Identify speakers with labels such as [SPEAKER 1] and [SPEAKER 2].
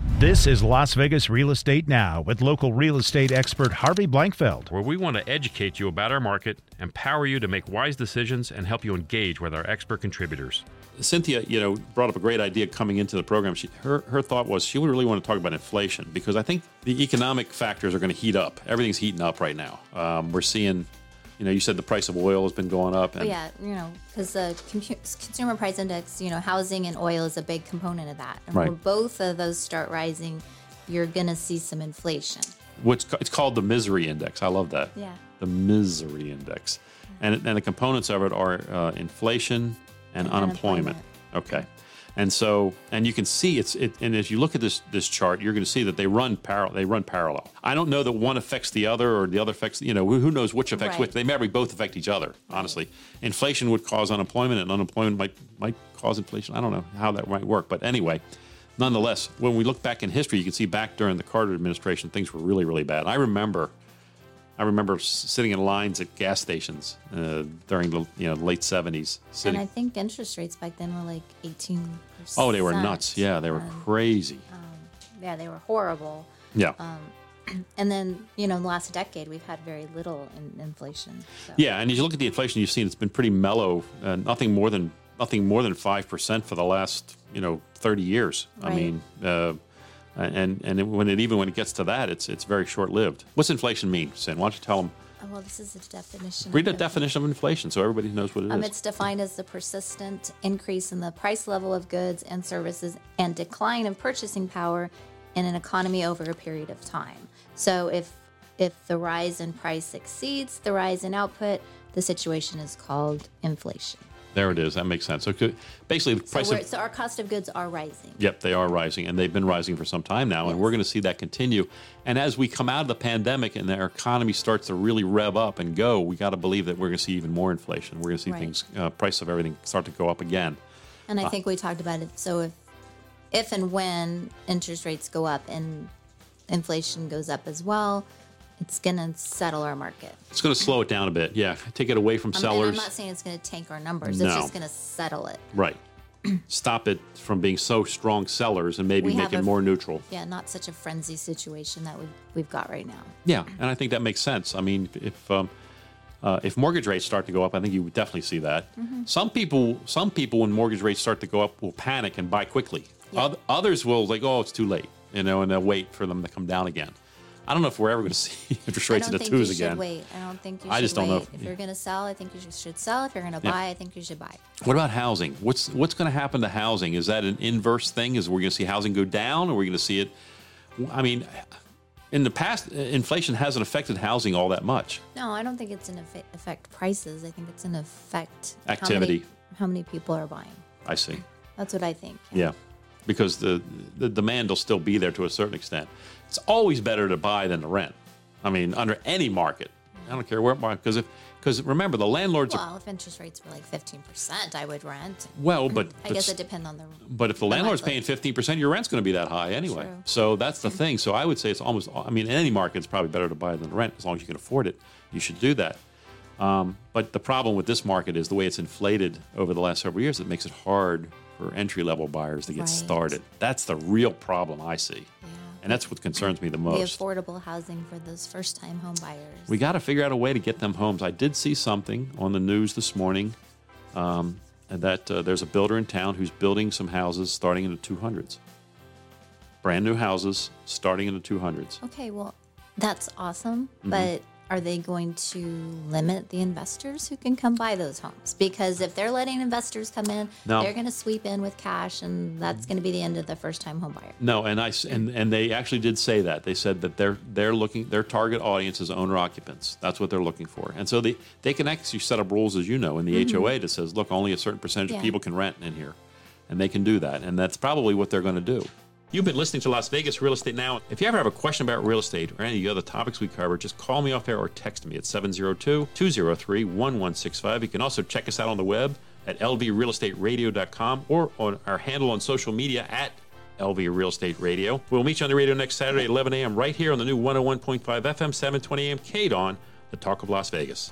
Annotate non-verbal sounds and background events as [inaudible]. [SPEAKER 1] This is Las Vegas Real Estate Now with local real estate expert Harvey Blankfeld.
[SPEAKER 2] where we want to educate you about our market, empower you to make wise decisions, and help you engage with our expert contributors.
[SPEAKER 3] Cynthia, you know, brought up a great idea coming into the program. She, her her thought was she would really want to talk about inflation because I think the economic factors are going to heat up. Everything's heating up right now. Um, we're seeing, you know, you said the price of oil has been going up, and
[SPEAKER 4] But yeah, you know, because the compu- consumer price index, you know, housing and oil is a big component of that. And when
[SPEAKER 3] Right.
[SPEAKER 4] both of those start rising, you're going to see some inflation.
[SPEAKER 3] what's ca- it's called the misery index. I love that.
[SPEAKER 4] Yeah.
[SPEAKER 3] The misery index, and and the components of it are uh, inflation and, unemployment.
[SPEAKER 4] unemployment.
[SPEAKER 3] Okay. And so, and you can see it's it. And as you look at this this chart, you're going to see that they run parallel. They run parallel. I don't know that one affects the other or the other affects. You know, who who knows which affects
[SPEAKER 4] Right.
[SPEAKER 3] which? They may both affect each other. Honestly, inflation would cause unemployment, and unemployment might might cause inflation. I don't know how that might work, but anyway, nonetheless, when we look back in history, you can see back during the Carter administration, things were really really bad. I remember I remember s- sitting in lines at gas stations uh, during the you know late seventies.
[SPEAKER 4] And
[SPEAKER 3] Sitting,
[SPEAKER 4] I think interest rates back then were like 18%.
[SPEAKER 3] oh, they were nuts. Yeah, they were crazy.
[SPEAKER 4] Um, Yeah, they were horrible.
[SPEAKER 3] Yeah,
[SPEAKER 4] um, And then, you know, in the last decade, we've had very little in inflation. So.
[SPEAKER 3] yeah. And as you look at the inflation, you've seen it's been pretty mellow. Uh, nothing more than nothing more than five percent for the last you know thirty years. I
[SPEAKER 4] Right.
[SPEAKER 3] mean, uh, and and it- when it even when it gets to that, it's it's very short lived. What's inflation mean, Sin? Why don't you tell them?
[SPEAKER 4] Oh, well, this is the definition.
[SPEAKER 3] Read the
[SPEAKER 4] of it.
[SPEAKER 3] definition of inflation so everybody knows what it is.
[SPEAKER 4] Uh, Um, it's defined as the persistent increase in the price level of goods and services and decline of purchasing power in an economy over a period of time. So if if the rise in price exceeds the rise in output, the situation is called inflation.
[SPEAKER 3] there it is. That makes sense. So c- basically, the
[SPEAKER 4] So,
[SPEAKER 3] price
[SPEAKER 4] we're,
[SPEAKER 3] of
[SPEAKER 4] so our cost of goods are rising.
[SPEAKER 3] Yep, they are rising, and they've been rising for some time now, and we're going to see that continue. And as we come out of the pandemic and our economy starts to really rev up and go, we got to believe that we're going to see even more inflation. We're going to see
[SPEAKER 4] Right.
[SPEAKER 3] things, uh, price of everything, start to go up again.
[SPEAKER 4] And
[SPEAKER 3] Ah.
[SPEAKER 4] I think we talked about it. So if if and when interest rates go up and inflation goes up as well, it's gonna settle our market.
[SPEAKER 3] It's going to slow it down a bit. Yeah, take it away from
[SPEAKER 4] I'm- Um, and I'm
[SPEAKER 3] sellers.
[SPEAKER 4] not saying it's going to tank our numbers.
[SPEAKER 3] No.
[SPEAKER 4] It's just going to settle it.
[SPEAKER 3] right. Stop it from being so strong sellers and maybe
[SPEAKER 4] We
[SPEAKER 3] make
[SPEAKER 4] have
[SPEAKER 3] it
[SPEAKER 4] a-
[SPEAKER 3] more neutral.
[SPEAKER 4] Yeah, not such a frenzy situation that we've, we've got right now.
[SPEAKER 3] Yeah, and I think that makes sense. I mean, if um, uh, if mortgage rates start to go up, I think you would definitely see that.
[SPEAKER 4] Mm-hmm.
[SPEAKER 3] Some people, some people, when mortgage rates start to go up, will panic and buy quickly. Oth- others will like, oh, it's too late, you know, and they'll wait for them to come down again. I don't know if we're ever going to [laughs] see interest rates
[SPEAKER 4] I
[SPEAKER 3] in
[SPEAKER 4] don't
[SPEAKER 3] the
[SPEAKER 4] think you
[SPEAKER 3] twos
[SPEAKER 4] should
[SPEAKER 3] again.
[SPEAKER 4] wait. I don't think you should
[SPEAKER 3] I just don't know
[SPEAKER 4] wait.
[SPEAKER 3] if-
[SPEAKER 4] If you're going to sell, I think you should- should sell. If you're going to
[SPEAKER 3] Yeah.
[SPEAKER 4] buy, I think you should buy.
[SPEAKER 3] What about housing? What's what's going to happen to housing? Is that an inverse thing? Is we're going to see housing go down, or we're going to see it? I mean, in the past, inflation hasn't affected housing all that much.
[SPEAKER 4] No, I don't think it's an affe- affect prices. I think it's an affect
[SPEAKER 3] Activity.
[SPEAKER 4] How many, how many people are buying?
[SPEAKER 3] I see.
[SPEAKER 4] That's what I think.
[SPEAKER 3] Yeah, because the the demand will still be there to a certain extent. It's always better to buy than to rent. I mean, under any market, I don't care where because if because remember the landlords are
[SPEAKER 4] Well, if interest rates were like 15%, I would rent.
[SPEAKER 3] well, but
[SPEAKER 4] I
[SPEAKER 3] but,
[SPEAKER 4] guess it
[SPEAKER 3] s-
[SPEAKER 4] depends on the.
[SPEAKER 3] but if the landlord's
[SPEAKER 4] monthly.
[SPEAKER 3] paying fifteen percent, your rent's going to be that high anyway.
[SPEAKER 4] True.
[SPEAKER 3] So that's the thing. So I would say it's almost I mean, in any market, it's probably better to buy than to rent as long as you can afford it. You should do that. Um, but the problem with this market is the way it's inflated over the last several years. It makes it hard for entry level buyers to get
[SPEAKER 4] Right.
[SPEAKER 3] started. That's the real problem I see. And that's what concerns me the
[SPEAKER 4] The
[SPEAKER 3] most.
[SPEAKER 4] affordable housing for those first time home buyers.
[SPEAKER 3] we got to figure out a way to get them homes. I did see something on the news this morning um, that uh, there's a builder in town who's building some houses starting in the 200s. Brand new houses starting in the 200s.
[SPEAKER 4] Okay, well, that's awesome. But are they going to limit the investors who can come buy those homes? Because if they're letting investors come in,
[SPEAKER 3] No.
[SPEAKER 4] they're going to sweep in with cash, and that's going to be the end of the first time home buyer.
[SPEAKER 3] No, and I s- and, and they actually did say that. They said that they're they're looking their target audience is owner occupants. That's what they're looking for. And so they they can actually set up rules as you know in the HOA that says look only a certain percentage of
[SPEAKER 4] Yeah.
[SPEAKER 3] people can rent in here. And they can do that. And that's probably what they're going to do. You've been listening to Las Vegas Real Estate Now. If you ever have a question about real estate or any of the other topics we cover, just call me off air or text me at 702 203 1165. You can also check us out on the web at lvrealestateradio.com or on our handle on social media at LV Real Estate Radio. We'll meet you on the radio next oh Saturday at 11 a.m. right here on the new 101.5 FM, 720 a.m. KDON, the talk of Las Vegas.